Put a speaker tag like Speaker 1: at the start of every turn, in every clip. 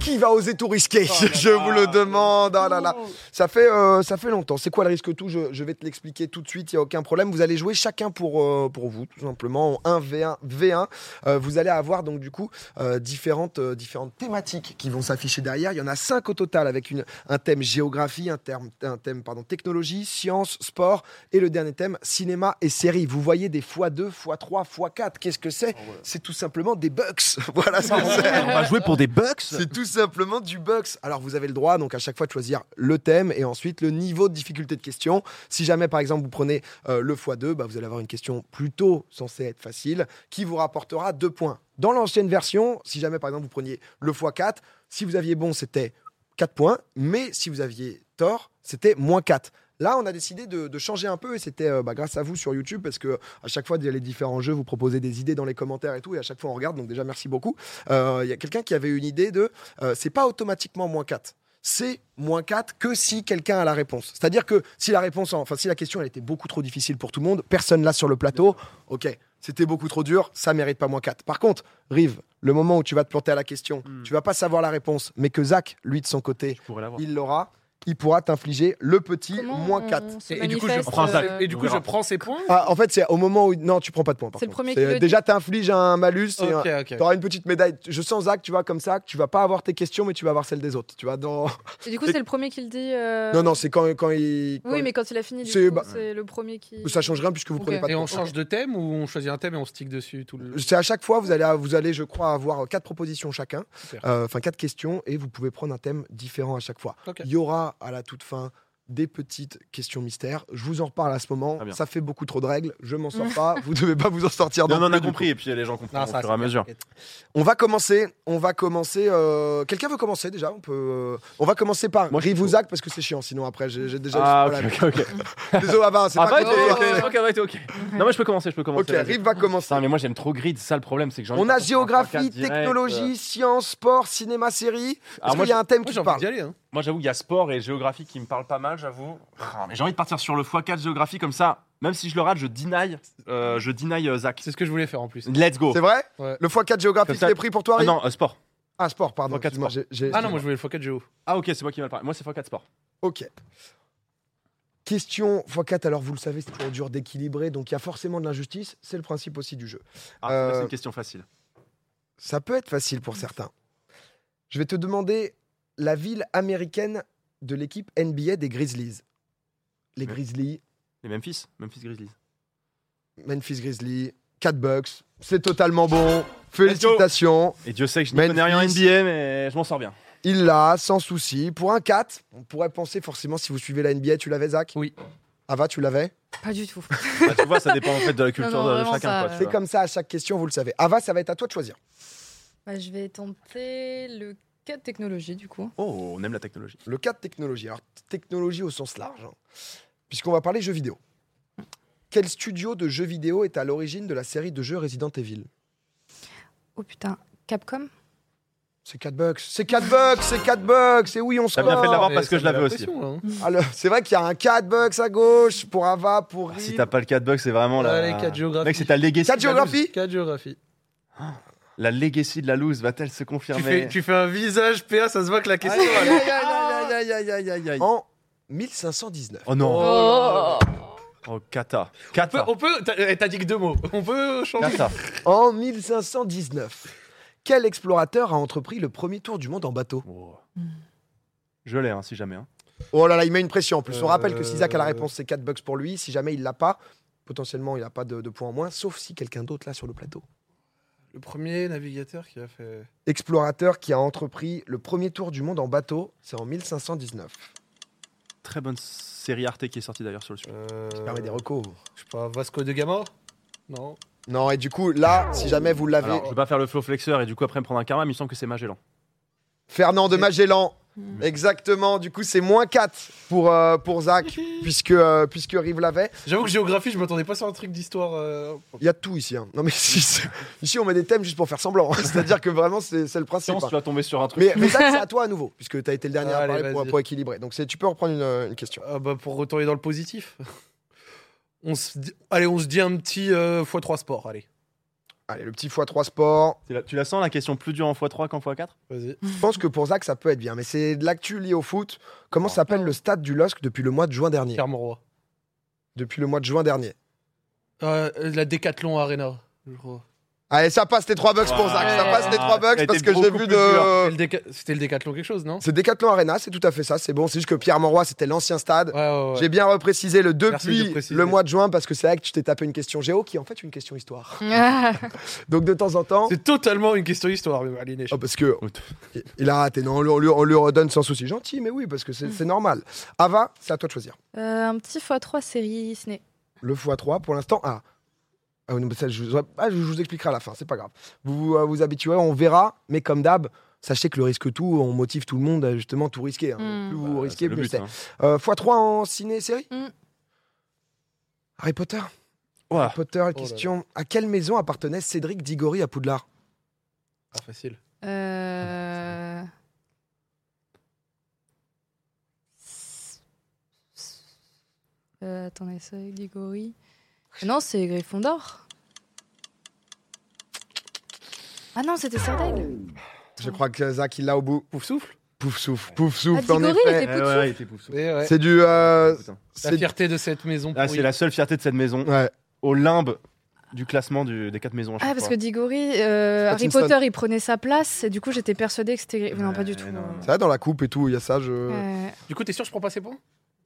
Speaker 1: qui va oser tout risquer Je vous le demande. Ah là là.
Speaker 2: Oh,
Speaker 1: Ça fait, euh, ça fait longtemps. C'est quoi le risque tout je, je vais te l'expliquer tout de suite. Il n'y a aucun problème. Vous allez jouer chacun pour, euh, pour vous, tout simplement, en 1v1. V1. Euh, vous allez avoir donc du coup euh, différentes, euh, différentes thématiques qui vont s'afficher derrière. Il y en a cinq au total avec une, un thème géographie, un, terme, un thème pardon, technologie, science, sport et le dernier thème cinéma et série. Vous voyez des x2, x3, x4. Qu'est-ce que c'est C'est tout simplement des bucks. voilà ce que c'est.
Speaker 3: On va jouer pour des bucks.
Speaker 1: C'est tout simplement du box. Alors vous avez le droit donc à chaque fois de choisir le thème et ensuite le niveau de difficulté de question. Si jamais par exemple vous prenez euh, le x2, bah, vous allez avoir une question plutôt censée être facile qui vous rapportera 2 points. Dans l'ancienne version, si jamais par exemple vous preniez le x4, si vous aviez bon c'était 4 points, mais si vous aviez tort c'était moins 4. Là, on a décidé de, de changer un peu et c'était euh, bah, grâce à vous sur YouTube parce que à chaque fois, il y a les différents jeux, vous proposez des idées dans les commentaires et tout, et à chaque fois, on regarde. Donc, déjà, merci beaucoup. Euh, Il y a quelqu'un qui avait une idée de euh, c'est pas automatiquement moins 4. C'est moins 4 que si quelqu'un a la réponse. C'est-à-dire que si la réponse, en- enfin, si la question elle était beaucoup trop difficile pour tout le monde, personne là sur le plateau, ok, c'était beaucoup trop dur, ça mérite pas moins 4. Par contre, Rive, le moment où tu vas te planter à la question, tu vas pas savoir la réponse, mais que Zach, lui de son côté,
Speaker 3: pourrais l'avoir.
Speaker 1: il l'aura, il pourra t'infliger le petit
Speaker 2: Comment
Speaker 1: moins
Speaker 2: on
Speaker 1: 4.
Speaker 2: se
Speaker 4: Et du coup, je
Speaker 2: manifeste,
Speaker 4: prends,
Speaker 3: ça.
Speaker 2: euh,
Speaker 4: et du coup, je prends ces points.
Speaker 1: Ah, en fait, c'est au moment où. Non, tu prends pas de points. par
Speaker 2: C'est le
Speaker 1: contre.
Speaker 2: premier qui le dit.
Speaker 1: Déjà, t'infliges un malus. et un-
Speaker 4: Ok, ok.
Speaker 1: T'auras une petite médaille. Je sens, Zach, tu vois, comme ça, que tu vas pas avoir tes questions, mais tu vas avoir celles des autres. Tu vois, dans...
Speaker 2: Et du coup, c'est le premier qui le dit. euh,
Speaker 1: Non, non, c'est quand, quand il. quand
Speaker 2: Oui,
Speaker 1: il-
Speaker 2: mais quand il a fini, du
Speaker 1: C'est-
Speaker 2: coup,
Speaker 1: bah-
Speaker 2: c'est le premier qui.
Speaker 1: Ça change rien puisque vous
Speaker 2: Ok.
Speaker 1: prenez pas de
Speaker 4: Et
Speaker 1: points.
Speaker 4: on change de thème ou on choisit un thème et on stick dessus tout le.
Speaker 1: C'est à chaque fois, vous allez, vous allez, je crois, avoir quatre propositions chacun,
Speaker 4: Super.
Speaker 1: Euh, enfin quatre questions, et vous pouvez prendre un thème différent à chaque fois.
Speaker 4: Ok.
Speaker 1: Il y aura à la toute fin des petites questions mystères. Je vous en reparle à ce moment.
Speaker 3: Très bien.
Speaker 1: Ça fait beaucoup trop de règles. Je m'en sors pas. vous devez pas vous en sortir.
Speaker 3: Non,
Speaker 1: non plus,
Speaker 3: non, on a
Speaker 1: du coup.
Speaker 3: compris, et puis les gens comprennent
Speaker 4: Non,
Speaker 3: au
Speaker 4: ça,
Speaker 3: fur et à
Speaker 4: c'est-
Speaker 3: mesure.
Speaker 1: On va commencer. On va commencer. euh, Quelqu'un veut commencer déjà On peut. euh, On va commencer par
Speaker 3: Moi, je suis
Speaker 1: Rivouzac parce que c'est chiant. Sinon après, j'ai j'ai déjà.
Speaker 3: Ah,
Speaker 1: voilà.
Speaker 3: ok, ok, ok.
Speaker 1: Désolé, ah bah, c'est
Speaker 3: Ah,
Speaker 1: pas.
Speaker 3: bah,
Speaker 1: cool.
Speaker 3: ok, ok, ok, ok. Non, mais je peux commencer, je peux commencer.
Speaker 1: Ok,
Speaker 3: vas-y.
Speaker 1: Rive va commencer.
Speaker 3: Putain, mais moi j'aime trop Grid, c'est ça le problème, c'est que j'en
Speaker 1: On a géographie,
Speaker 3: euh.
Speaker 1: technologie, science, sport, cinéma, série. Est-ce qu'il
Speaker 3: Alors Ah, moi,
Speaker 1: y a un thème
Speaker 4: Moi,
Speaker 1: qui
Speaker 4: j'ai
Speaker 1: te
Speaker 4: envie
Speaker 1: parle
Speaker 4: d'y aller. Hein.
Speaker 3: Moi, j'avoue, il y a sport et géographie qui me parlent pas mal, j'avoue. Ah, mais J'ai envie de partir sur le x4 géographie comme ça. Même si je le rate, je deny, euh, je deny euh, Zach.
Speaker 4: C'est ce que je voulais faire en plus.
Speaker 3: Let's go.
Speaker 1: C'est vrai
Speaker 4: Ouais.
Speaker 1: Le x4 géographie,
Speaker 3: Comme
Speaker 1: je
Speaker 3: ça-
Speaker 1: l'ai pris pour toi,
Speaker 3: Ah
Speaker 1: Rive
Speaker 3: non, euh, sport.
Speaker 1: Ah, sport, pardon.
Speaker 3: X4
Speaker 1: excuse-moi, j'ai- j'ai-
Speaker 4: Ah non, moi je voulais le Focat Géo.
Speaker 3: Ah ok, c'est moi qui mal parlé. Moi, c'est x4 sport.
Speaker 1: Ok. Question x4, alors vous le savez, c'est toujours dur d'équilibrer, donc il y a forcément de l'injustice, c'est le principe aussi du jeu.
Speaker 3: Ah,
Speaker 1: Euh,
Speaker 3: c'est une question facile.
Speaker 1: Ça peut être facile pour certains. Je vais te demander la ville américaine de l'équipe NBA des Grizzlies. Les Grizzlies,
Speaker 3: Les Memphis, Memphis Grizzlies.
Speaker 1: Memphis Grizzlies, 4 bucks, c'est totalement bon.
Speaker 3: Let's go.
Speaker 1: Félicitations.
Speaker 3: Et Dieu sait que je n'y
Speaker 1: Memphis.
Speaker 3: connais rien en NBA, mais je m'en sors bien.
Speaker 1: Il l'a, sans souci. Pour un 4, on pourrait penser forcément si vous suivez la NBA, tu l'avais, Zach
Speaker 4: Oui.
Speaker 1: Ava, tu l'avais
Speaker 2: Pas du tout.
Speaker 3: Bah, tu vois, ça dépend en fait de la culture
Speaker 2: Non, non,
Speaker 3: de- de
Speaker 2: vraiment,
Speaker 3: chacun.
Speaker 2: ça,
Speaker 3: quoi,
Speaker 2: euh,
Speaker 3: tu
Speaker 1: C'est
Speaker 3: vois.
Speaker 1: comme ça à chaque question, vous le savez. Ava, ça va être à toi de choisir.
Speaker 2: Bah, je vais tenter le cas de technologie, du coup.
Speaker 3: Oh, on aime la technologie.
Speaker 1: Le 4, technologie. Alors, technologie au sens large, hein. puisqu'on va parler jeux vidéo. Quel studio de jeux vidéo est à l'origine de la série de jeux Resident Evil
Speaker 2: Oh putain, Capcom
Speaker 1: C'est 4 bucks, c'est 4 bucks, c'est 4 bucks, et oui, on
Speaker 3: T'as
Speaker 1: score.
Speaker 3: bien fait de l'avoir
Speaker 4: Mais
Speaker 3: parce que
Speaker 4: ça
Speaker 3: je
Speaker 4: met
Speaker 3: l'avais
Speaker 4: la
Speaker 3: aussi.
Speaker 4: pression, là, hein.
Speaker 1: Alors, c'est vrai qu'il y a un 4 bucks à gauche pour Ava, pour.
Speaker 3: Ah,
Speaker 1: Rive.
Speaker 3: si t'as pas le 4 bucks, c'est vraiment la.
Speaker 4: Allez, 4 géographie.
Speaker 3: Mec, c'est ta legacy.
Speaker 1: Quatre
Speaker 3: de la
Speaker 1: géographies.
Speaker 3: loose.
Speaker 1: Géographie.
Speaker 4: Focat Géographie.
Speaker 3: La legacy de la loose va-t-elle se
Speaker 4: Tu
Speaker 3: confirmer
Speaker 4: fais, tu fais un visage PA, ça se voit que la question.
Speaker 1: Aïe,
Speaker 4: elle est-
Speaker 1: aïe, aïe, aïe, aïe, aïe, aïe, aïe, aïe. En 1519.
Speaker 3: Oh non.
Speaker 4: Oh.
Speaker 3: Oh, kata.
Speaker 4: On peut,
Speaker 3: Kata.
Speaker 4: on peut- t'as eh, t'as dit que deux mots. On peut changer.
Speaker 3: Kata.
Speaker 1: En 1519, quel explorateur a entrepris le premier tour du monde en bateau
Speaker 3: Oh. Je l'ai, hein, si jamais. hein.
Speaker 1: Oh là là, il met une pression en plus. On rappelle que si Zach a la
Speaker 4: Euh.
Speaker 1: réponse, c'est 4 bucks pour lui. Si jamais il l'a pas, potentiellement il n'a pas de, de points en moins, sauf si quelqu'un d'autre là sur le plateau.
Speaker 4: Le premier navigateur qui a fait.
Speaker 1: Explorateur qui a entrepris le premier tour du monde en bateau, c'est en 1519.
Speaker 3: Très bonne série Arte qui est sortie d'ailleurs sur le sujet.
Speaker 4: Euh,
Speaker 1: Ça permet des recos.
Speaker 4: Je sais pas, Vasco de Gama Non.
Speaker 1: Non, et du coup, là, si jamais vous l'avez,
Speaker 3: Alors, je veux pas faire le flow flexeur et du coup après me prendre un karma, mais il me semble que c'est Magellan.
Speaker 1: Fernand de Magellan.
Speaker 2: Mm.
Speaker 1: Exactement, du coup, c'est moins 4 pour, euh, pour Zach, puisque, euh, puisque Rive l'avait.
Speaker 4: J'avoue que géographie, je m'attendais pas sur un truc d'histoire. euh,
Speaker 1: Il y a de tout ici. hein. Non mais si, c'est- ici on met des thèmes juste pour faire semblant. hein. C'est-à-dire que vraiment c'est c'est le principe.
Speaker 3: Sinon,
Speaker 1: hein.
Speaker 3: tu vas tomber sur un truc.
Speaker 1: Mais, mais ça c'est à toi à nouveau, puisque tu as été le dernier à
Speaker 4: Allez,
Speaker 1: parler pour,
Speaker 4: vas-y.
Speaker 1: pour équilibrer. Donc c'est- tu peux reprendre une, euh, une question.
Speaker 4: Ah bah pour retourner dans le positif. On se dit- Allez, on se dit un petit euh, x3 sport, allez.
Speaker 1: Allez, le petit x3 sport.
Speaker 3: Tu la, tu la sens la question plus dure en x3 qu'en x4
Speaker 4: Vas-y.
Speaker 1: Je pense que pour Zach, ça peut être bien, mais c'est de l'actu liée au foot. Comment s'appelle le stade du LOSC depuis le mois de juin dernier
Speaker 4: Pierre Monroy.
Speaker 1: Depuis le mois de juin dernier.
Speaker 4: Euh, la Décathlon Arena, je crois.
Speaker 1: Allez, ça passe les 3 bucks pour Zach. Ça
Speaker 2: Ouais.
Speaker 1: passe les 3
Speaker 3: Ça a
Speaker 1: bucks
Speaker 3: été
Speaker 1: parce que j'ai
Speaker 3: beaucoup
Speaker 1: vu
Speaker 3: plus dur.
Speaker 4: C'était
Speaker 1: de.
Speaker 4: le Déca- C'était le Décathlon quelque chose, non
Speaker 1: C'est Decathlon Arena, c'est tout à fait ça. C'est bon, c'est juste que Pierre Monroy, c'était l'ancien stade.
Speaker 4: Ouais, ouais, ouais.
Speaker 1: J'ai bien reprécisé le
Speaker 4: Merci de
Speaker 1: depuis
Speaker 4: préciser.
Speaker 1: le mois de juin parce que c'est là que tu t'es tapé une question géo qui est en fait une question histoire.
Speaker 2: Ah,
Speaker 1: Donc de temps en temps.
Speaker 4: C'est totalement une question histoire, mais Aline
Speaker 1: Oh, parce que il a raté. Non, on lui, on lui- on lui redonne sans souci. Gentil, mais oui, parce que
Speaker 2: Mm.
Speaker 1: c'est c'est normal. Ava, c'est à toi de choisir.
Speaker 2: euh, un petit x3 série Disney.
Speaker 1: Le x3 pour l'instant. Ah. Ah, non, mais ça, je, vous- ah, je vous expliquerai à la fin, c'est pas grave. Vous vous, euh, vous habituez, on verra, mais comme d'hab, sachez que le risque tout, on motive tout le monde à justement tout risquer. hein.
Speaker 2: Mm.
Speaker 1: Plus vous
Speaker 3: Bah,
Speaker 1: risquez,
Speaker 3: c'est le
Speaker 1: plus
Speaker 3: but,
Speaker 1: c'est.
Speaker 3: hein.
Speaker 1: Euh, x3 en ciné-série
Speaker 2: Mm.
Speaker 1: Harry Potter
Speaker 3: Ouah.
Speaker 1: Harry Potter,
Speaker 4: là
Speaker 1: question. À quelle maison appartenait Cédric Diggory à Poudlard
Speaker 4: Ah, facile.
Speaker 2: Euh... Euh, attendez, ça, Diggory. Non, c'est Gryffondor. Ah non, c'était
Speaker 3: Oh,
Speaker 2: Sardaigle.
Speaker 1: Je crois que Zach, il l'a au bout.
Speaker 4: Pouf souffle
Speaker 1: Pouf souffle, pouf
Speaker 2: Ah,
Speaker 1: souffle, en
Speaker 2: Diggory, il
Speaker 1: effet.
Speaker 2: était
Speaker 3: Eh
Speaker 2: pouf
Speaker 3: ouais,
Speaker 2: souffle.
Speaker 3: il était pouf souffle.
Speaker 4: Et ouais.
Speaker 1: C'est du. euh,
Speaker 3: Putain.
Speaker 1: c'est
Speaker 4: La fierté de cette maison.
Speaker 3: Ah,
Speaker 4: pourrie.
Speaker 3: c'est la seule fierté de cette maison.
Speaker 1: Ouais.
Speaker 3: Au limbe du classement du- des quatre maisons. à
Speaker 2: Ah,
Speaker 3: chaque
Speaker 2: parce
Speaker 3: fois.
Speaker 2: que Diggory, euh, Harry
Speaker 1: Pattinson.
Speaker 2: Potter, il prenait sa place, et du coup, j'étais persuadée que c'était. Gry- Non, pas du
Speaker 3: Ouais,
Speaker 2: tout.
Speaker 3: non,
Speaker 2: euh,
Speaker 3: non.
Speaker 1: Ça, dans la coupe et tout, il y a ça. Je...
Speaker 2: euh,
Speaker 4: Du coup, t'es sûr que je prends pas ces points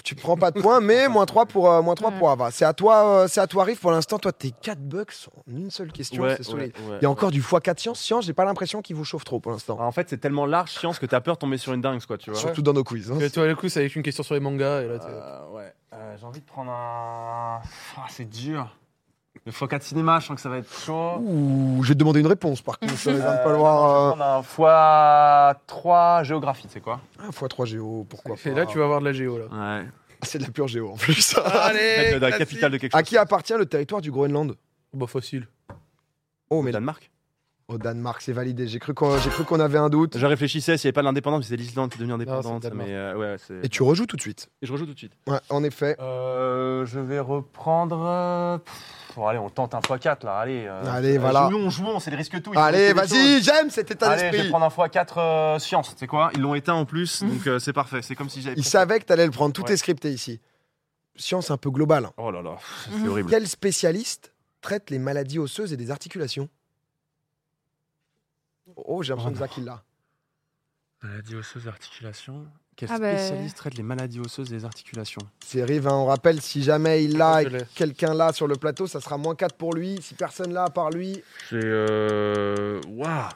Speaker 1: Tu prends pas de points, mais moins 3 pour, euh, moins 3
Speaker 2: Ouais.
Speaker 1: pour Ava. C'est à toi, euh, c'est à toi, Riff. Pour l'instant, toi, t'es 4 bucks en une seule question.
Speaker 3: Ouais,
Speaker 1: c'est
Speaker 3: ouais,
Speaker 1: solide.
Speaker 3: ouais.
Speaker 1: Il y a encore du x4 science. Science, j'ai pas l'impression qu'il vous chauffe trop pour l'instant.
Speaker 3: Ah, En fait, c'est tellement large, science, que t'as peur de tomber sur une dingue, quoi, tu vois.
Speaker 1: Surtout dans nos quiz. hein.
Speaker 4: bah Que Toi, le coup, c'est avec une question sur les mangas. Et là, t'es-
Speaker 3: Euh, ouais, Euh, j'ai envie de prendre un. Ah, c'est dur. Le x4 cinéma, je sens que ça va être chaud.
Speaker 1: Ouh, je vais te demander une réponse par contre. Ça va
Speaker 3: Euh,
Speaker 1: falloir, euh,
Speaker 3: non, je vais prendre un x3 géographie, tu sais quoi
Speaker 1: un x3 Ah, géo, pourquoi pas.
Speaker 4: Et là, tu vas avoir de la géo, là.
Speaker 3: Ouais.
Speaker 1: Ah, C'est de la pure géo en plus.
Speaker 4: Allez
Speaker 3: la capitale bah, de quelque chose.
Speaker 1: à qui appartient le territoire du Groenland
Speaker 4: Bah, facile.
Speaker 1: Oh,
Speaker 3: Au
Speaker 1: mais
Speaker 3: Danemark.
Speaker 1: au Danemark, c'est validé. J'ai cru qu'on j'ai cru qu'on avait un doute.
Speaker 3: Je réfléchissais s'il n'y avait pas l'indépendance, mais c'est l'Islande qui est devenue
Speaker 4: le
Speaker 3: indépendante.
Speaker 4: Danemark.
Speaker 3: mais euh, ouais, c'est-
Speaker 1: Et tu rejoues tout de suite.
Speaker 3: Et je rejoue tout de suite.
Speaker 1: Ouais, en effet.
Speaker 3: Euh, je vais reprendre. euh, pff, bon, allez, on tente un x4 là, allez. euh,
Speaker 1: Allez,
Speaker 3: euh,
Speaker 1: voilà.
Speaker 3: Jouons, jouons, c'est le risque tout. il faut
Speaker 1: Allez,
Speaker 3: tester des choses.
Speaker 1: vas-y, j'aime cet état
Speaker 3: Allez, je vais
Speaker 1: d'esprit.
Speaker 3: prendre un x4 euh, science, tu sais quoi Ils l'ont éteint en plus, donc euh, c'est parfait. C'est comme si j'avais.
Speaker 1: Il
Speaker 3: pris-
Speaker 1: savait que t'allais le prendre. Tout
Speaker 3: Ouais.
Speaker 1: est scripté ici. Science un peu globale. hein.
Speaker 3: Oh là là, pff, c'est
Speaker 2: Mhm.
Speaker 3: horrible.
Speaker 1: Quel spécialiste traite les maladies osseuses et des articulations Oh, j'ai l'impression que Zach, il l'a.
Speaker 3: Maladies osseuses, articulations. Quel
Speaker 2: Ah bah.
Speaker 3: spécialiste traite les maladies osseuses et les articulations
Speaker 1: C'est Rive, hein, on rappelle, si jamais il l'a
Speaker 4: Je l'ai.
Speaker 1: et quelqu'un là sur le plateau, ça sera moins 4 pour lui. Si personne l'a à part lui.
Speaker 3: C'est. Euh... Waouh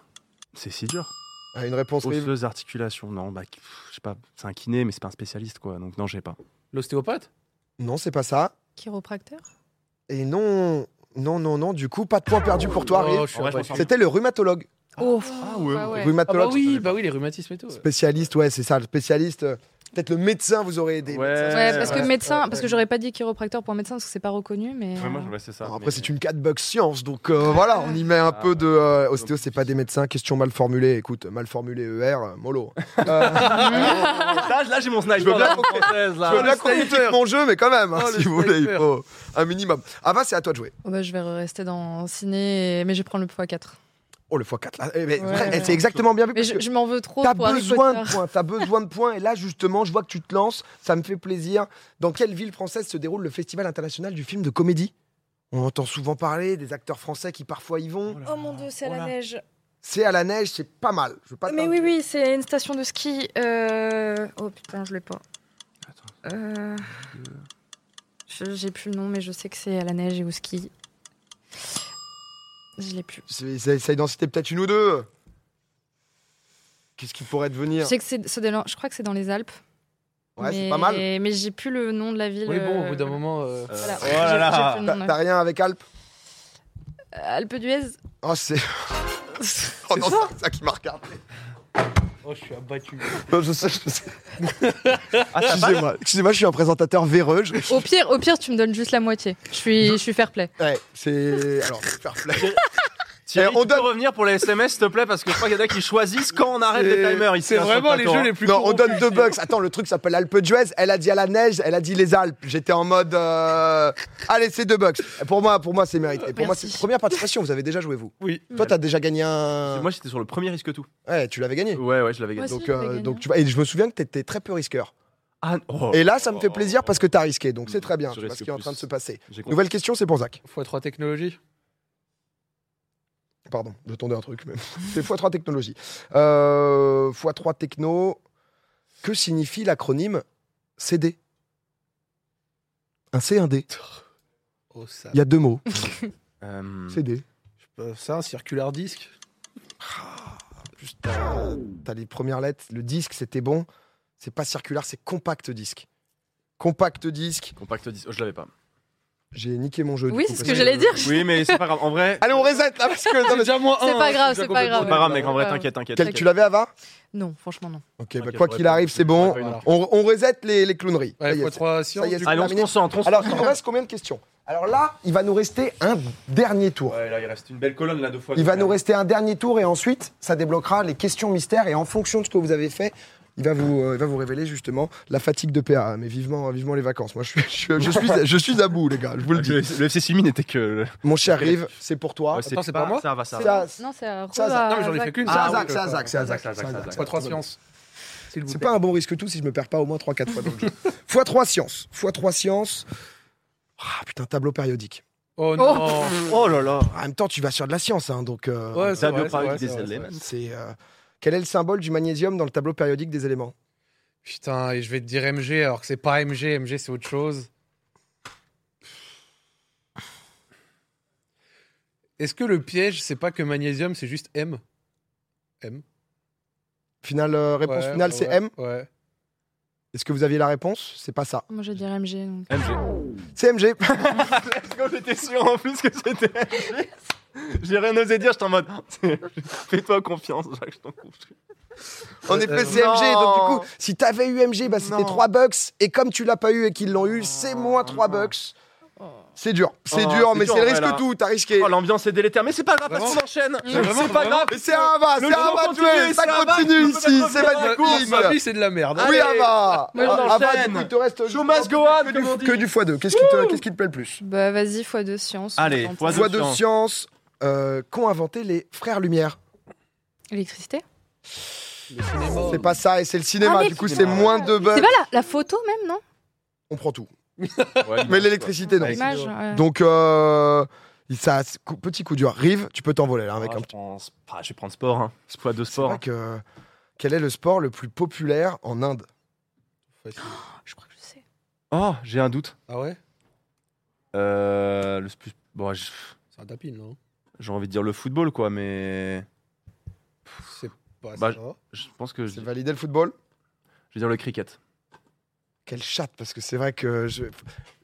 Speaker 3: C'est si dur.
Speaker 1: Ah, une réponse, Rive.
Speaker 3: Osseuses, articulations. Non, bah, pff, je sais pas. C'est un kiné, mais c'est pas un spécialiste, quoi. Donc, non, j'ai pas.
Speaker 4: L'ostéopathe
Speaker 1: Non, c'est pas ça.
Speaker 2: Chiropracteur
Speaker 1: Et non, non, non, non, du coup, pas de point perdu pour toi,
Speaker 4: Oh,
Speaker 1: Rive.
Speaker 4: je
Speaker 3: En
Speaker 4: suis
Speaker 3: vrai, je
Speaker 4: pas
Speaker 3: pense
Speaker 4: sûr.
Speaker 1: C'était le rhumatologue.
Speaker 2: Oh,
Speaker 3: Ah ouais.
Speaker 2: bah
Speaker 4: Ah bah
Speaker 1: Rhumatologue,
Speaker 4: oui, bah oui, les rhumatismes et tout. ouais.
Speaker 1: spécialiste, ouais, c'est ça, le spécialiste. euh, Peut-être le médecin vous aurait aidé.
Speaker 3: Ouais.
Speaker 1: Médecin,
Speaker 2: Ouais, parce que
Speaker 1: ouais.
Speaker 2: médecin,
Speaker 4: ouais,
Speaker 2: parce
Speaker 4: ouais.
Speaker 2: que j'aurais pas dit chiropracteur pour médecin parce que c'est pas reconnu, mais.
Speaker 3: Ouais, moi,
Speaker 2: euh,
Speaker 3: je- ouais, c'est ça.
Speaker 1: Alors
Speaker 3: mais-
Speaker 1: après, c'est une 4 bucks science, donc euh, voilà, on y met un
Speaker 3: Ah,
Speaker 1: peu de. euh, ostéo,
Speaker 3: donc,
Speaker 1: c'est pas des médecins, question mal formulée. Écoute, mal formulée ER, euh, mollo. Euh,
Speaker 3: Là, là, j'ai mon snipe.
Speaker 1: Je veux bien qu'on- je veux bien
Speaker 4: le
Speaker 1: qu'on critique
Speaker 4: sniper.
Speaker 1: mon jeu, mais quand même, hein,
Speaker 4: Oh, le
Speaker 1: si vous voulez, il
Speaker 4: sniper.
Speaker 1: faut un minimum. Ava, c'est à toi de jouer.
Speaker 2: oh, bah, je vais rester dans ciné, mais je prends le x4.
Speaker 1: Oh, le x4 là. Eh, mais
Speaker 2: Ouais,
Speaker 1: vrai,
Speaker 2: ouais.
Speaker 1: C'est exactement bien vu.
Speaker 2: Mais
Speaker 1: parce
Speaker 2: je,
Speaker 1: que
Speaker 2: je m'en veux trop
Speaker 1: T'as
Speaker 2: pour Harry
Speaker 1: besoin
Speaker 2: Potter.
Speaker 1: de points, t'as besoin de points. Et là, justement, je vois que tu te lances, ça me fait plaisir. Dans quelle ville française se déroule le Festival international du film de comédie On entend souvent parler des acteurs français qui parfois y vont.
Speaker 2: Oh mon dieu, c'est à
Speaker 3: Oh
Speaker 2: la
Speaker 3: là.
Speaker 2: neige.
Speaker 1: C'est à la neige, c'est pas mal. Je veux pas
Speaker 2: Mais
Speaker 1: te-
Speaker 2: oui, oui, c'est une station de ski. euh, Oh putain, je l'ai pas.
Speaker 3: Attends.
Speaker 2: Euh, je- J'ai plus le nom, mais je sais que c'est à la neige et au ski. Je l'ai plus.
Speaker 1: C'est- c'est- Essaye d'en citer peut-être une ou deux. Qu'est-ce qui pourrait
Speaker 2: Je
Speaker 1: devenir
Speaker 2: sais que c'est ce délan- Je crois que c'est dans les Alpes.
Speaker 1: Ouais, c'est
Speaker 2: mais-
Speaker 1: pas mal.
Speaker 2: Mais j'ai plus le nom de la ville.
Speaker 4: Oui, bon, au
Speaker 2: euh,
Speaker 4: bout d'un moment. euh,
Speaker 2: voilà.
Speaker 3: Oh là
Speaker 2: J'ai-
Speaker 3: là.
Speaker 2: j'ai plus le nom,
Speaker 1: T'as t'as rien avec Alpes
Speaker 2: ouais. Alpe d'Huez.
Speaker 1: Oh, c'est. Oh non, c'est ça qui m'a regardé.
Speaker 4: Oh, je suis abattu.
Speaker 1: Non, je sais, je sais.
Speaker 3: Ah, ça passe
Speaker 1: Excusez-moi, Excusez-moi, je suis un présentateur véreux. je-
Speaker 2: Au pire, au pire, tu me donnes juste la moitié. Je suis, je suis fair play.
Speaker 1: Ouais, c'est. Alors, fair play.
Speaker 3: Thierry,
Speaker 1: Eh, on
Speaker 3: on doit
Speaker 1: donne-
Speaker 3: revenir pour les SMS, s'il te plaît, parce que je crois qu'il y en a qui choisissent quand on arrête les
Speaker 4: C'est-
Speaker 3: timers ici.
Speaker 4: C'est
Speaker 3: hein, sur
Speaker 4: vraiment les
Speaker 3: Plateau,
Speaker 4: jeux
Speaker 3: hein.
Speaker 4: les plus
Speaker 1: Non, on
Speaker 4: corrompus.
Speaker 1: donne deux bucks. Attends, le truc s'appelle Alpe d'Huez. Elle a dit à la neige, elle a dit les Alpes. J'étais en mode. euh, Allez, c'est deux bucks. Pour moi, pour moi c'est mérité. Pour moi,
Speaker 2: Merci.
Speaker 1: c'est première participation. Vous avez déjà joué, vous
Speaker 4: Oui.
Speaker 1: Toi, t'as déjà gagné un.
Speaker 3: Moi, j'étais sur le premier risque tout.
Speaker 1: Ouais, tu l'avais gagné.
Speaker 3: Ouais, ouais, je l'avais gagné.
Speaker 2: Moi aussi,
Speaker 1: Donc,
Speaker 2: j'avais
Speaker 1: euh,
Speaker 2: gagné
Speaker 1: donc
Speaker 2: un.
Speaker 1: tu vois, et je me souviens que t'étais très peu risqueur.
Speaker 3: Ah, oh.
Speaker 1: Et là, ça me fait plaisir parce que t'as risqué, donc
Speaker 3: Mm.
Speaker 1: c'est très bien. Tu
Speaker 3: Je
Speaker 1: vois ce
Speaker 3: risque
Speaker 1: qui est en
Speaker 3: plus.
Speaker 1: train de se passer.
Speaker 3: J'ai compris.
Speaker 1: Nouvelle question, c'est pour Zach.
Speaker 4: x3 technologie.
Speaker 1: Pardon, de tomber un truc. mais C'est x3 technologie. Euh, x3 techno. Que signifie l'acronyme CD Un C1D.
Speaker 4: Oh, ça.
Speaker 1: Il y a deux mots.
Speaker 3: Euh,
Speaker 1: CD.
Speaker 4: Euh, Ça, un circular disque.
Speaker 1: Putain, t'as les premières lettres. Le disque, c'était bon. C'est pas circulaire, c'est compact disque. Compact disque.
Speaker 3: Compact 10. Oh, je l'avais pas.
Speaker 1: J'ai niqué mon jeu. du
Speaker 2: Oui,
Speaker 1: coup,
Speaker 2: c'est ce
Speaker 1: parce
Speaker 2: que j'allais dire.
Speaker 3: Oui, mais c'est pas grave. En vrai,
Speaker 1: Allez, on reset là parce que. non, mais-
Speaker 4: déjà moins
Speaker 2: C'est
Speaker 4: un,
Speaker 2: pas
Speaker 4: hein,
Speaker 2: grave,
Speaker 4: déjà
Speaker 2: c'est pas
Speaker 4: complètement
Speaker 3: c'est pas grave, mec. En vrai,
Speaker 2: Ouais.
Speaker 3: t'inquiète, t'inquiète.
Speaker 1: Quel-
Speaker 3: t'inquiète.
Speaker 1: tu l'avais, Ava
Speaker 2: Non, franchement, non.
Speaker 1: Ok, bah,
Speaker 3: T'inquiète,
Speaker 1: quoi
Speaker 3: j'aurais
Speaker 1: qu'il
Speaker 3: pas-
Speaker 1: arrive, c'est
Speaker 3: j'aurais
Speaker 1: bon.
Speaker 3: pas eu de-
Speaker 4: Voilà.
Speaker 1: On, on reset les, les cloneries. Ça
Speaker 4: Ouais,
Speaker 1: y est,
Speaker 4: x3 science.
Speaker 1: y est,
Speaker 4: du
Speaker 1: c'est
Speaker 3: Allez, on se
Speaker 1: terminé.
Speaker 3: concentre. on se
Speaker 1: Alors, il nous reste combien de questions Alors là, il va nous rester un dernier tour.
Speaker 3: Ouais, là, il reste une belle colonne, là, deux fois.
Speaker 1: Il va nous rester un dernier tour et ensuite, ça débloquera les questions mystères. Et en fonction de ce que vous avez fait, il va vous, euh, il va vous révéler justement la fatigue de PA. Mais vivement, euh, vivement les vacances. Moi, je suis, je, suis- je suis, je suis à bout, les gars. Je vous le dis.
Speaker 3: Le FC Simi n'était que.
Speaker 1: Mon cher Rive, c'est pour toi.
Speaker 3: Ouais,
Speaker 4: Attends, c'est pas moi
Speaker 3: Ça va, ça
Speaker 1: C'est
Speaker 3: va.
Speaker 1: à-
Speaker 2: Non, c'est à
Speaker 1: Ça, ça-
Speaker 4: non, mais j'en ai fait qu'une.
Speaker 1: c'est à
Speaker 4: Ah,
Speaker 1: Zach,
Speaker 4: oui,
Speaker 1: c'est à
Speaker 4: d'accord.
Speaker 1: Zach, c'est à Zach, c'est à
Speaker 3: Zach,
Speaker 1: Zach.
Speaker 3: Zach,
Speaker 1: c'est à
Speaker 4: x3
Speaker 1: Zach.
Speaker 4: science. S'il vous
Speaker 1: C'est
Speaker 4: plaît.
Speaker 1: pas un bon risque tout si je me perds pas au moins 3-4 fois dans le jeu. x3 science. x3 science. Ah putain, tableau périodique.
Speaker 4: Oh non.
Speaker 3: Oh là là.
Speaker 1: En même temps, tu vas sur de la science, hein, donc. euh,
Speaker 4: Ouais, c'est
Speaker 3: Tableau
Speaker 4: vrai, c'est vrai,
Speaker 3: périodique
Speaker 4: c'est
Speaker 3: des
Speaker 4: vrai, c'est
Speaker 3: éléments.
Speaker 4: vrai.
Speaker 1: c'est. euh, Quel est le symbole du magnésium dans le tableau périodique des éléments
Speaker 4: Putain, et je vais te dire MG alors que c'est pas MG, MG c'est autre chose. Est-ce que le piège, c'est pas que magnésium, c'est juste M
Speaker 1: Finale, euh, réponse
Speaker 4: Ouais,
Speaker 1: finale,
Speaker 4: ouais,
Speaker 1: c'est M.
Speaker 4: Ouais.
Speaker 1: Est-ce que vous aviez la réponse C'est pas ça.
Speaker 2: Moi, je dirais MG. Donc.
Speaker 3: MG.
Speaker 1: C'est MG.
Speaker 3: Quand j'étais sûr en plus que c'était J'ai rien osé dire, j'étais en mode. Fais-toi confiance, Jacques, je t'en confie.
Speaker 1: En
Speaker 4: Euh,
Speaker 1: effet,
Speaker 4: euh,
Speaker 1: c'est
Speaker 3: non.
Speaker 1: MG. Donc, du coup, si t'avais eu MG, bah, c'était
Speaker 3: Non.
Speaker 1: 3 bucks. Et comme tu l'as pas eu et qu'ils l'ont eu, c'est moins 3 bucks. C'est dur. C'est
Speaker 3: Oh,
Speaker 1: dur,
Speaker 3: c'est
Speaker 1: mais c'est
Speaker 3: dur,
Speaker 1: le
Speaker 3: en vrai,
Speaker 1: risque
Speaker 3: là.
Speaker 1: tout. T'as risqué.
Speaker 3: Oh, l'ambiance est délétère, mais c'est pas grave, parce
Speaker 4: Vraiment
Speaker 3: qu'on enchaîne.
Speaker 4: C'est vraiment-
Speaker 3: C'est pas
Speaker 4: vraiment-
Speaker 3: grave.
Speaker 1: Mais c'est un va,
Speaker 3: Le
Speaker 1: c'est un
Speaker 3: jeu
Speaker 1: va,
Speaker 3: continue,
Speaker 1: tué. Ça
Speaker 3: c'est un va,
Speaker 1: continue
Speaker 3: tu peux
Speaker 1: ici.
Speaker 3: pas
Speaker 1: C'est
Speaker 3: Euh, faire la
Speaker 4: Oh,
Speaker 1: magnifique.
Speaker 4: ma vie, c'est de la merde.
Speaker 1: Oui,
Speaker 3: Allez.
Speaker 1: Ava.
Speaker 3: Moi, j'enchaîne.
Speaker 1: Ava, du coup, il te reste
Speaker 3: Show must go on, Euh, comme on dit.
Speaker 1: que du x2. Qu'est-ce qui te- qu'est-ce qui te plaît le plus
Speaker 2: Bah, vas-y, fois de science. on
Speaker 3: Allez,
Speaker 2: tente.
Speaker 3: fois de-
Speaker 1: Voix de science euh, qu'ont inventé les frères Lumière.
Speaker 2: Électricité
Speaker 1: C'est pas ça et c'est le cinéma.
Speaker 2: Ah, mais
Speaker 1: du coup, c'est
Speaker 3: cinéma, ouais.
Speaker 1: moins de bucks.
Speaker 2: C'est pas la, la photo même, non
Speaker 1: On prend tout.
Speaker 3: Ouais,
Speaker 1: Mais l'électricité, non.
Speaker 3: Ouais,
Speaker 2: L'image.
Speaker 4: c'est
Speaker 2: ouais.
Speaker 1: Donc, euh, ça, coup- petit coup dur. Rive, tu peux t'envoler là, avec
Speaker 3: Ah,
Speaker 1: un
Speaker 3: je,
Speaker 1: petit.
Speaker 3: pense... ah, je vais prendre sport, hein. C'est pas de
Speaker 1: C'est
Speaker 3: sport.
Speaker 1: vrai que. Quel est le sport le plus populaire en Inde
Speaker 4: Facile.
Speaker 2: Je crois que je sais.
Speaker 3: Oh, j'ai un doute.
Speaker 4: Ah ouais
Speaker 3: Euh, le sp- bon, j-
Speaker 4: C'est un tapis, non
Speaker 3: j'ai envie de dire le football, quoi, mais
Speaker 4: C'est pas
Speaker 3: Bah,
Speaker 4: ça.
Speaker 3: je pense que je,
Speaker 1: C'est
Speaker 3: je
Speaker 1: validé le football
Speaker 3: vais dire le cricket.
Speaker 1: Quelle chatte, parce que c'est vrai que. Je...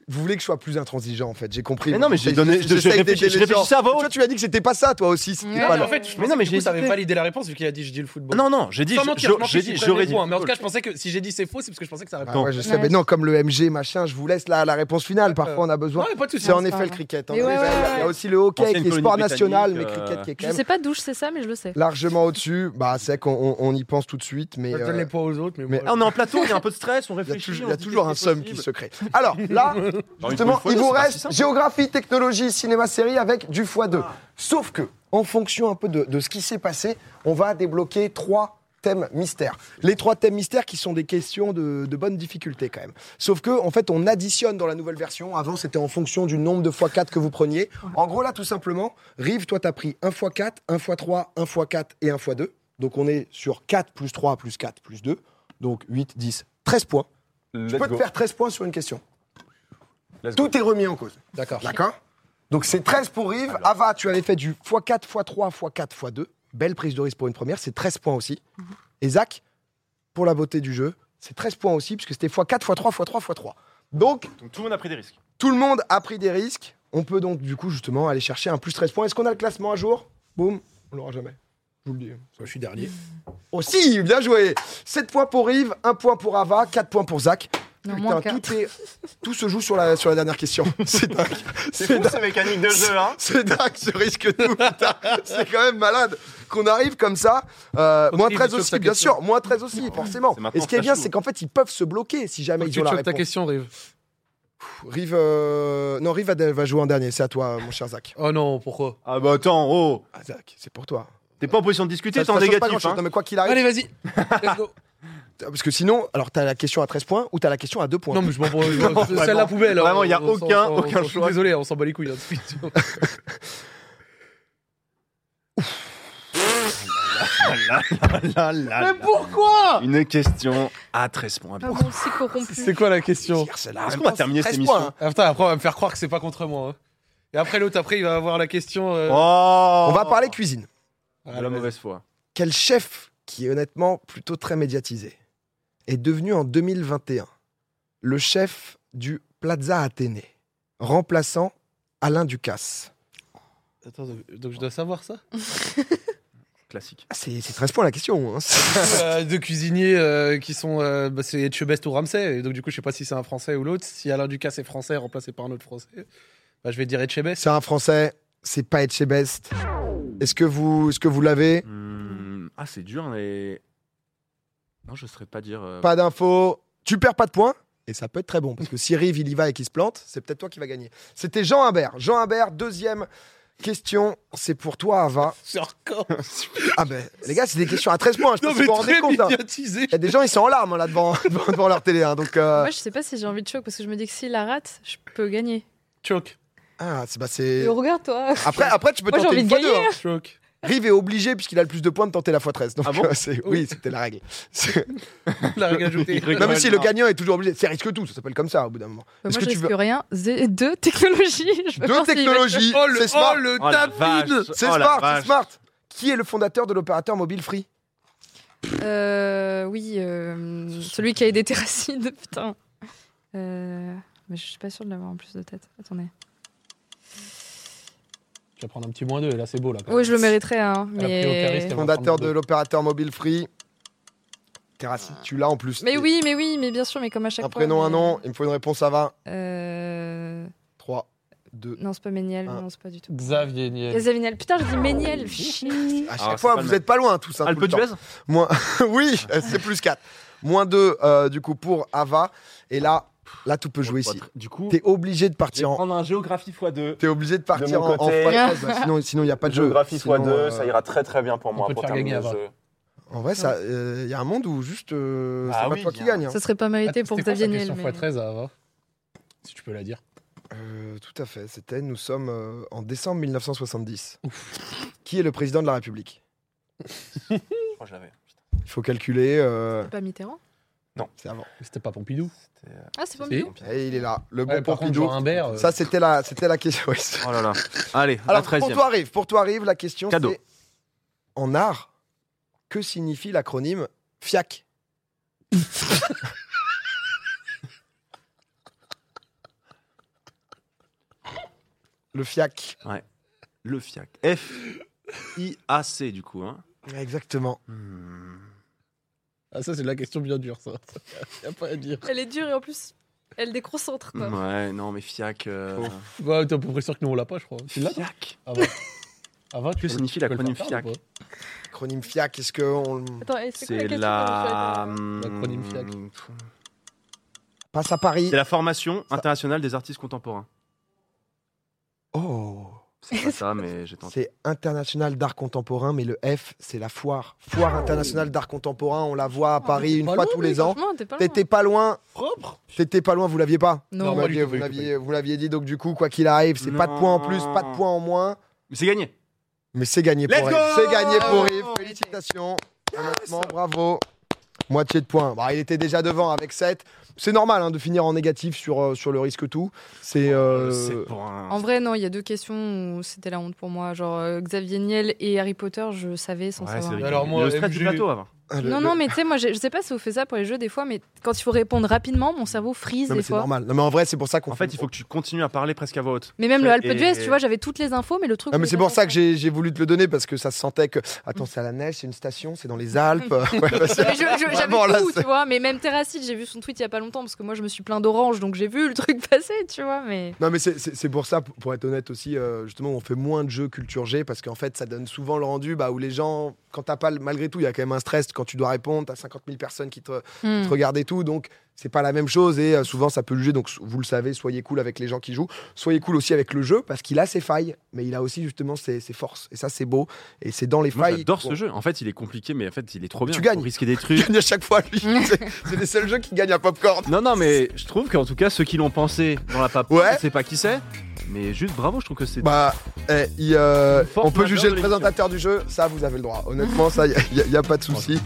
Speaker 1: Vous voulez que je sois plus intransigeant en fait, j'ai compris.
Speaker 3: Mais non, mais j'ai donné- je- je
Speaker 1: J'essaye
Speaker 3: réfléchis-
Speaker 1: d'aider
Speaker 3: je
Speaker 1: les gens.
Speaker 3: réfléchissais à voix haute.
Speaker 1: Toi, tu m'as dit que c'était pas ça, toi aussi. c'était
Speaker 2: Ouais,
Speaker 1: pas
Speaker 2: mais
Speaker 1: le-
Speaker 2: en fait, je
Speaker 3: Mais non, mais j'ai
Speaker 4: ça avait
Speaker 3: hésité.
Speaker 4: validé la réponse vu qu'il a dit je dis le football.
Speaker 3: Non, non, j'ai dit,
Speaker 4: Sans
Speaker 3: je-
Speaker 4: mentir,
Speaker 3: je-
Speaker 4: je m'en
Speaker 3: j'ai
Speaker 4: fiche,
Speaker 3: dit,
Speaker 4: je connais
Speaker 3: j'aurais
Speaker 4: les
Speaker 3: dit. Ah.
Speaker 4: points, Mais en tout cas, je pensais que si j'ai dit c'est faux, c'est parce que je pensais que ça
Speaker 1: Bah
Speaker 4: répond.
Speaker 1: ouais, je sais,
Speaker 2: Ouais. Euh,
Speaker 1: mais non, comme le MG, machin, je vous laisse la, la réponse finale. Parfois, on a besoin.
Speaker 4: Non, mais pas de soucis.
Speaker 1: C'est en
Speaker 2: c'est pas
Speaker 1: effet le
Speaker 2: grave.
Speaker 1: cricket. en
Speaker 2: Mais ouais,
Speaker 1: effet.
Speaker 2: ouais,
Speaker 1: Il y a
Speaker 2: ouais.
Speaker 1: aussi le hockey
Speaker 3: Ancienne
Speaker 1: qui est
Speaker 3: colonie
Speaker 1: sport national, mais
Speaker 3: britannique, euh,
Speaker 1: cricket qui est quand
Speaker 2: Je
Speaker 1: même
Speaker 2: sais pas d'où je sais ça, mais je le sais.
Speaker 1: largement au-dessus. Bah, c'est qu'on on, on y pense tout de suite, mais.
Speaker 4: Je
Speaker 1: euh,
Speaker 4: donne les points aux autres, mais,
Speaker 1: mais-
Speaker 4: moi,
Speaker 3: Ah, on est en plateau, il y a un peu de stress, on
Speaker 1: Il y a,
Speaker 3: réfléchit.
Speaker 1: toujours-
Speaker 3: on
Speaker 1: il y a
Speaker 3: dit
Speaker 1: toujours
Speaker 3: qu'est-ce
Speaker 1: un
Speaker 3: qui
Speaker 1: somme
Speaker 3: est
Speaker 1: qui
Speaker 3: possible.
Speaker 1: se crée. Alors là,
Speaker 3: Bah, une
Speaker 1: justement,
Speaker 3: fois,
Speaker 1: il
Speaker 3: c'est
Speaker 1: vous
Speaker 3: pas si
Speaker 1: reste
Speaker 3: simple. Ah.
Speaker 1: géographie, technologie, cinéma, série avec du x2. Sauf que, en fonction un peu de, de ce qui s'est passé, on va débloquer trois thèmes mystères. Les trois thèmes mystères qui sont des questions de, de bonne difficulté quand même. Sauf que, en fait, on additionne dans la nouvelle version. Avant, c'était en fonction du nombre de x4 que vous preniez. En gros, là, tout simplement, Rive, toi, t'as pris 1 x4, 1 x3, 1 x4 et 1 x2. Donc, on est sur 4 plus 3 plus 4 plus 2. Donc, 8, 10, 13 points. Tu peux te faire 13 points sur une question.
Speaker 3: Let's
Speaker 1: Tout est remis en cause.
Speaker 4: D'accord.
Speaker 1: D'accord Donc c'est 13 pour Rive. Ava, tu avais fait du x4, x3, x4, x2. Belle prise de risque pour une première, c'est 13 points aussi.
Speaker 4: Mhm.
Speaker 1: Et Zach, pour la beauté du jeu, c'est 13 points aussi, puisque c'était x4, x3, x3, x3. Donc
Speaker 3: Donc, tout le monde a pris des risques.
Speaker 1: tout le monde a pris des risques. On peut donc du coup justement aller chercher un plus 13 points. Est-ce qu'on a le classement à jour Boum, on l'aura jamais. Je vous le dis.
Speaker 4: je suis dernier.
Speaker 1: Oh si, bien joué 7 points pour Rive, 1 point pour Ava, 4 points pour Zach.
Speaker 2: Non,
Speaker 1: Putain,
Speaker 2: moins qu'un.
Speaker 1: tout, est, tout se joue sur la, sur la dernière question. C'est dingue.
Speaker 3: C'est
Speaker 1: C'est
Speaker 3: fou ces mécaniques de jeu, hein
Speaker 1: C'est dingue ce risque nous, putain. C'est quand même malade qu'on arrive comme ça. Euh,
Speaker 4: Faut
Speaker 1: moins
Speaker 4: qu'il
Speaker 1: 13
Speaker 4: chope
Speaker 1: aussi,
Speaker 4: ta
Speaker 1: bien
Speaker 4: question.
Speaker 1: sûr. Moins 13 aussi, forcément.
Speaker 3: C'est maintenant
Speaker 1: Et ce qui est bien,
Speaker 3: Flashou.
Speaker 1: c'est qu'en fait, ils peuvent se bloquer si jamais
Speaker 4: Faut que
Speaker 1: ils
Speaker 4: tu
Speaker 1: ont la
Speaker 4: chopes ta
Speaker 1: réponse. Ah.
Speaker 4: question, Rive.
Speaker 1: Rive, euh, non, Rive va, va jouer en dernier. C'est à toi, mon cher Zach.
Speaker 4: Oh non, pourquoi
Speaker 3: Ah bah attends, oh
Speaker 1: Ah, Zach, c'est pour toi.
Speaker 3: T'es pas en position de discuter,
Speaker 1: Ça-
Speaker 3: t'es en
Speaker 1: ça change pas
Speaker 3: négatif.
Speaker 1: grand-chose.
Speaker 3: hein.
Speaker 1: Non, mais quoi qu'il arrive,
Speaker 4: Allez, vas-y. Let's go.
Speaker 1: parce que sinon, alors t'as la question à 13 points ou t'as la question à 2 points.
Speaker 4: Non, mais je m'en bats.
Speaker 3: Non,
Speaker 4: C'est celle
Speaker 3: vraiment.
Speaker 4: la poubelle. hein.
Speaker 3: Vraiment, il y a
Speaker 4: On s'en-
Speaker 3: aucun-
Speaker 4: on-
Speaker 3: aucun
Speaker 4: je suis
Speaker 3: choix.
Speaker 4: Désolé, on s'en bat les couilles. hein, tout de suite.
Speaker 3: Là, là, là.
Speaker 4: pourquoi
Speaker 3: Une question à 13 points.
Speaker 2: Ah bon, c'est corrompu.
Speaker 4: C'est quoi la question
Speaker 1: Hier, c'est la
Speaker 3: Est-ce qu'on
Speaker 1: réponse,
Speaker 3: va terminer cette
Speaker 1: 13 points,
Speaker 3: émission
Speaker 1: hein.
Speaker 4: Ah, Putain, après, on va me faire croire que c'est pas contre moi. hein. Et après, l'autre, après, il va avoir la question. euh,
Speaker 3: Oh
Speaker 1: On va parler cuisine.
Speaker 4: ah,
Speaker 3: De la
Speaker 4: vas-y.
Speaker 3: mauvaise foi.
Speaker 1: Quel chef, qui est honnêtement plutôt très médiatisé, est devenu en 2021 le chef du Plaza Athénée, remplaçant Alain Ducasse
Speaker 4: Attends, donc, donc je dois savoir ça
Speaker 3: Classique.
Speaker 1: Ah, C'est c'est 13 points la question. hein.
Speaker 4: Euh, Deux cuisiniers euh, qui sont. euh, bah, c'est Etchebest ou Ramsey. Et donc, du coup, je sais pas si c'est un français ou l'autre. Si Alain Ducasse est français remplacé par un autre français, bah, je vais dire Etchebest.
Speaker 1: C'est un français, c'est pas Etchebest. Est-ce que vous, est-ce que vous l'avez
Speaker 3: Hmm, Ah, c'est dur, mais. Non, je ne saurais pas dire. euh,
Speaker 1: Pas d'infos. Tu perds pas de points et ça peut être très bon parce que si Rive il y va et qu'il se plante, c'est peut-être toi qui vas gagner. C'était Jean Imbert. Jean Imbert, deuxième question, c'est pour toi Ava.
Speaker 4: C'est encore.
Speaker 1: Ah ben les gars, c'est des questions à 13 points, je
Speaker 4: Non,
Speaker 1: pense que
Speaker 4: mais
Speaker 1: vous vous rendez
Speaker 4: très
Speaker 1: compte. hein.
Speaker 4: médiatisé.
Speaker 1: Il y a des gens, ils sont en larmes hein, là devant, devant, devant leur télé. hein, donc, euh,
Speaker 2: Moi, je sais pas si j'ai envie de choc parce que je me dis que si la rate, je peux gagner.
Speaker 4: Choc.
Speaker 1: ah, c'est bah, c'est-
Speaker 2: Mais regarde, toi.
Speaker 1: Après, après, tu peux
Speaker 2: Moi, j'ai
Speaker 1: tenter
Speaker 2: envie
Speaker 1: une
Speaker 2: de
Speaker 1: fois deux.
Speaker 2: gagner.
Speaker 1: hein.
Speaker 4: Choc.
Speaker 1: Rive est obligé, puisqu'il a le plus de points, de tenter la fois 13. Donc,
Speaker 3: Ah bon
Speaker 1: euh, c'est- oui, c'était la règle. C'est-
Speaker 4: La règle ajoutée.
Speaker 3: Il rigole.
Speaker 1: Même si le
Speaker 3: non.
Speaker 1: gagnant est toujours obligé. C'est risque tout, ça s'appelle comme ça au bout d'un moment.
Speaker 2: Bah,
Speaker 1: Est-ce
Speaker 2: moi,
Speaker 1: que
Speaker 2: je
Speaker 1: tu
Speaker 2: risque
Speaker 1: veux-
Speaker 2: rien. Z- Deux technologies. Je veux
Speaker 1: Deux
Speaker 2: voir s'il va
Speaker 1: technologies,
Speaker 4: Oh le,
Speaker 1: c'est smart.
Speaker 4: oh, le
Speaker 3: Oh, la
Speaker 4: tapine
Speaker 3: vache.
Speaker 1: C'est
Speaker 3: Oh, la
Speaker 1: smart,
Speaker 3: vache.
Speaker 1: c'est smart. Qui est le fondateur de l'opérateur mobile Free
Speaker 2: choc. Euh, oui, euh, celui qui a aidé Terracide, putain. Euh, mais je suis pas sûre de l'avoir en plus de tête. Attendez.
Speaker 4: Je vais prendre un petit moins deux, là Ah, c'est beau là. quand
Speaker 2: Oui,
Speaker 4: même.
Speaker 2: je le mériterais, hein,
Speaker 4: Elle a pris au
Speaker 2: mais...
Speaker 4: cariste, elle va
Speaker 1: Fondateur
Speaker 4: prendre
Speaker 1: de
Speaker 4: deux.
Speaker 1: l'opérateur mobile Free. Terrassi, tu l'as en plus.
Speaker 2: Mais oui, mais oui, mais bien sûr, mais comme à chaque
Speaker 1: Un
Speaker 2: fois.
Speaker 1: prénom,
Speaker 2: mais-
Speaker 1: un nom, il me faut une réponse à 20.
Speaker 2: Euh...
Speaker 1: 3, 2.
Speaker 2: Non, c'est pas Méniel,
Speaker 1: Ah.
Speaker 2: non, c'est pas du tout.
Speaker 4: Xavier Niel.
Speaker 2: Gazavinel. Putain, je dis Méniel, chier.
Speaker 1: À
Speaker 3: Ah,
Speaker 1: chaque
Speaker 3: c'est
Speaker 1: fois,
Speaker 3: pas Ah, le
Speaker 1: vous
Speaker 3: même.
Speaker 1: n'êtes pas loin tous. hein, tout
Speaker 3: Alpe
Speaker 1: le temps.
Speaker 3: d'Huez
Speaker 1: Moins... oui, c'est plus 4. Moins 2 euh, du coup pour Ava. Et là, là tout peut jouer ici.
Speaker 3: Du coup,
Speaker 1: T'es obligé de
Speaker 3: je vais
Speaker 1: partir en.
Speaker 3: prendre un géographie x2.
Speaker 1: T'es obligé de partir
Speaker 3: mon
Speaker 1: en, en
Speaker 3: côté.
Speaker 1: fois- bah, sinon, sinon il n'y a pas de jeu.
Speaker 3: géographie
Speaker 1: Sinon,
Speaker 3: x2,
Speaker 1: euh,
Speaker 3: ça ira très très bien pour
Speaker 4: On
Speaker 3: moi
Speaker 4: peut te
Speaker 3: pour
Speaker 4: faire
Speaker 3: terminer
Speaker 4: gagner,
Speaker 3: le jeu.
Speaker 1: En vrai, il y a un monde où juste euh,
Speaker 3: Ah
Speaker 1: c'est
Speaker 3: oui,
Speaker 1: pas toi
Speaker 3: il y
Speaker 1: qui
Speaker 3: a-
Speaker 1: gagne. hein.
Speaker 2: Ça serait pas mérité pour Xavier Niel.
Speaker 4: question
Speaker 2: mais-
Speaker 4: x13 à Ava Si tu peux la dire.
Speaker 1: Euh, tout à fait. C'était, nous sommes euh, en décembre 1970. Qui est le président de la République
Speaker 3: Je crois que je l'avais. Putain,
Speaker 1: Il faut calculer. euh,
Speaker 2: C'est Pas Mitterrand
Speaker 1: C'est avant.
Speaker 4: C'était pas Pompidou.
Speaker 3: c'était, euh,
Speaker 2: Ah, c'est pas
Speaker 4: Si.
Speaker 2: Mitterrand.
Speaker 3: Pompidou.
Speaker 1: Et il est là. Le bon
Speaker 4: Ouais, par contre,
Speaker 1: Pompidou.
Speaker 4: Jean Humbert, euh,
Speaker 1: Ça, c'était la, c'était la question. ouais, c'est-
Speaker 3: Oh là là. Allez, la
Speaker 1: Alors, pour
Speaker 3: 13e.
Speaker 1: toi arrive, pour toi arrive la question.
Speaker 3: Cadeau.
Speaker 1: c'est, En art, que signifie l'acronyme FIAC Le FIAC.
Speaker 3: Le FIAC. F I A C du coup hein.
Speaker 1: Exactement.
Speaker 3: Hmm.
Speaker 4: Ah, ça, c'est de la question bien dure, ça. y a pas à dire.
Speaker 2: Elle est dure et en plus, elle déconcentre quoi.
Speaker 3: Ouais, non mais FIAC euh,
Speaker 1: Oh.
Speaker 4: Bah, t'es à peu près sûr que nous, on l'a pas, je crois. Ah Tu l'as toi
Speaker 3: FIAC.
Speaker 4: Ava. Ava, tu
Speaker 3: Que
Speaker 4: peux-
Speaker 3: signifie
Speaker 4: tu peux le
Speaker 3: l'acronyme
Speaker 4: faire faire ou
Speaker 3: FIAC?
Speaker 1: Acronyme FIAC, est-ce que on...
Speaker 2: Attends, et c'est quoi
Speaker 3: C'est
Speaker 2: la question
Speaker 3: la
Speaker 2: qu'on
Speaker 3: hmm,
Speaker 4: L'acronyme FIAC.
Speaker 1: passe à Paris
Speaker 3: C'est la formation internationale des artistes contemporains.
Speaker 1: Oh
Speaker 3: C'est pas ça mais j'ai tenté.
Speaker 1: C'est International d'Art Contemporain, mais le F, c'est la foire. Foire internationale d'Art Contemporain, on la voit à Paris une
Speaker 4: pas
Speaker 1: fois
Speaker 4: loin,
Speaker 1: tous
Speaker 4: Ah, mais
Speaker 1: les
Speaker 2: fait
Speaker 1: ans.
Speaker 2: Franchement, t'es pas loin.
Speaker 1: T'étais pas loin,
Speaker 4: Propre
Speaker 1: t'étais pas loin, vous l'aviez pas
Speaker 2: Non.
Speaker 1: vous
Speaker 4: Non, moi,
Speaker 1: l'aviez-
Speaker 4: j'ai pas
Speaker 1: vous
Speaker 4: eu, j'ai
Speaker 1: l'aviez- vous l'aviez dit, donc du coup, quoi qu'il arrive, c'est pas de points en plus, pas de points en moins,
Speaker 3: Mais c'est gagné.
Speaker 1: mais c'est gagné
Speaker 3: Let's
Speaker 1: pour
Speaker 3: go
Speaker 1: Yves. C'est gagné pour
Speaker 3: Ah
Speaker 1: Yves, félicitations. Honnêtement, bravo. Moitié de points. Bah, il était déjà devant avec 7. C'est normal hein, de finir en négatif sur, euh, sur le risque tout. C'est. euh,
Speaker 3: C'est pour un-
Speaker 2: En vrai, non, il y a deux questions où c'était la honte pour moi. Genre euh, Xavier Niel et Harry Potter, je savais sans
Speaker 3: Ouais, c'est
Speaker 2: savoir.
Speaker 3: rigolo.
Speaker 4: Alors moi,
Speaker 3: le stress du
Speaker 4: MJ.
Speaker 3: plateau avant.
Speaker 1: Ah, le-
Speaker 2: non,
Speaker 1: le-
Speaker 2: non, mais tu sais, moi, je je sais pas si vous faites ça pour les jeux des fois, mais quand il faut répondre rapidement, mon cerveau frise
Speaker 1: Non, mais
Speaker 2: des
Speaker 1: c'est
Speaker 2: fois.
Speaker 1: normal. Non, mais en vrai, c'est pour ça qu'on.
Speaker 3: En fait, il faut que tu continues à parler presque à voix haute.
Speaker 2: Mais même le
Speaker 3: Et-
Speaker 2: Alpe d'Huez,
Speaker 3: et-
Speaker 2: tu vois, j'avais toutes les infos, mais le truc.
Speaker 1: Non, mais
Speaker 2: je
Speaker 1: c'est
Speaker 2: les
Speaker 1: pour ça que
Speaker 2: entendais
Speaker 1: j'ai j'ai voulu te le donner parce que ça se sentait que. Attends, c'est à la neige, c'est une station, c'est dans les Alpes. Ouais, bah, c'est-
Speaker 2: pas. Mais je- je- J'avais
Speaker 1: Vraiment, là,
Speaker 2: tout,
Speaker 1: c'est-
Speaker 2: tu vois. Mais même Terracid, j'ai vu son tweet il y a pas longtemps, parce que moi, je me suis plein d'orange, donc j'ai vu le truc passer, tu vois. Mais
Speaker 1: Non, mais c'est- c'est c'est pour ça, pour pour être honnête aussi, euh, justement, on fait moins de jeux culture G parce qu'en fait, ça donne souvent le rendu bah, où les gens, quand t'as pas, le- malgré tout, il y a quand même un stress quand tu dois répondre, t'as 50 000 personnes qui te,
Speaker 2: Hmm.
Speaker 1: te regardent et tout, donc c'est pas la même chose et euh, souvent ça peut juger. Donc, vous le savez, soyez cool avec les gens qui jouent, soyez cool aussi avec le jeu parce qu'il a ses failles, mais il a aussi justement ses, ses forces et ça, c'est beau et c'est dans les
Speaker 3: Moi,
Speaker 1: failles.
Speaker 3: j'adore ce
Speaker 1: qu'on-
Speaker 3: jeu. En fait, il est compliqué, mais en fait, il est trop bien.
Speaker 1: Tu gagnes.
Speaker 3: Faut risquer des
Speaker 1: Il
Speaker 3: trucs.
Speaker 1: gagne à chaque fois, lui. c'est c'est les seuls jeux qui gagnent à Popcorn.
Speaker 3: Non, non, mais je trouve qu'en tout cas, ceux qui l'ont pensé dans la pape,
Speaker 1: Ouais.
Speaker 3: je sais pas qui c'est, mais juste bravo, je trouve que c'est.
Speaker 1: Bah, eh, il, euh,
Speaker 3: Une force
Speaker 1: on peut
Speaker 3: majeure
Speaker 1: juger
Speaker 3: de
Speaker 1: le présentateur du jeu, ça vous avez le droit. Honnêtement, ça, il n'y a, y a pas de souci.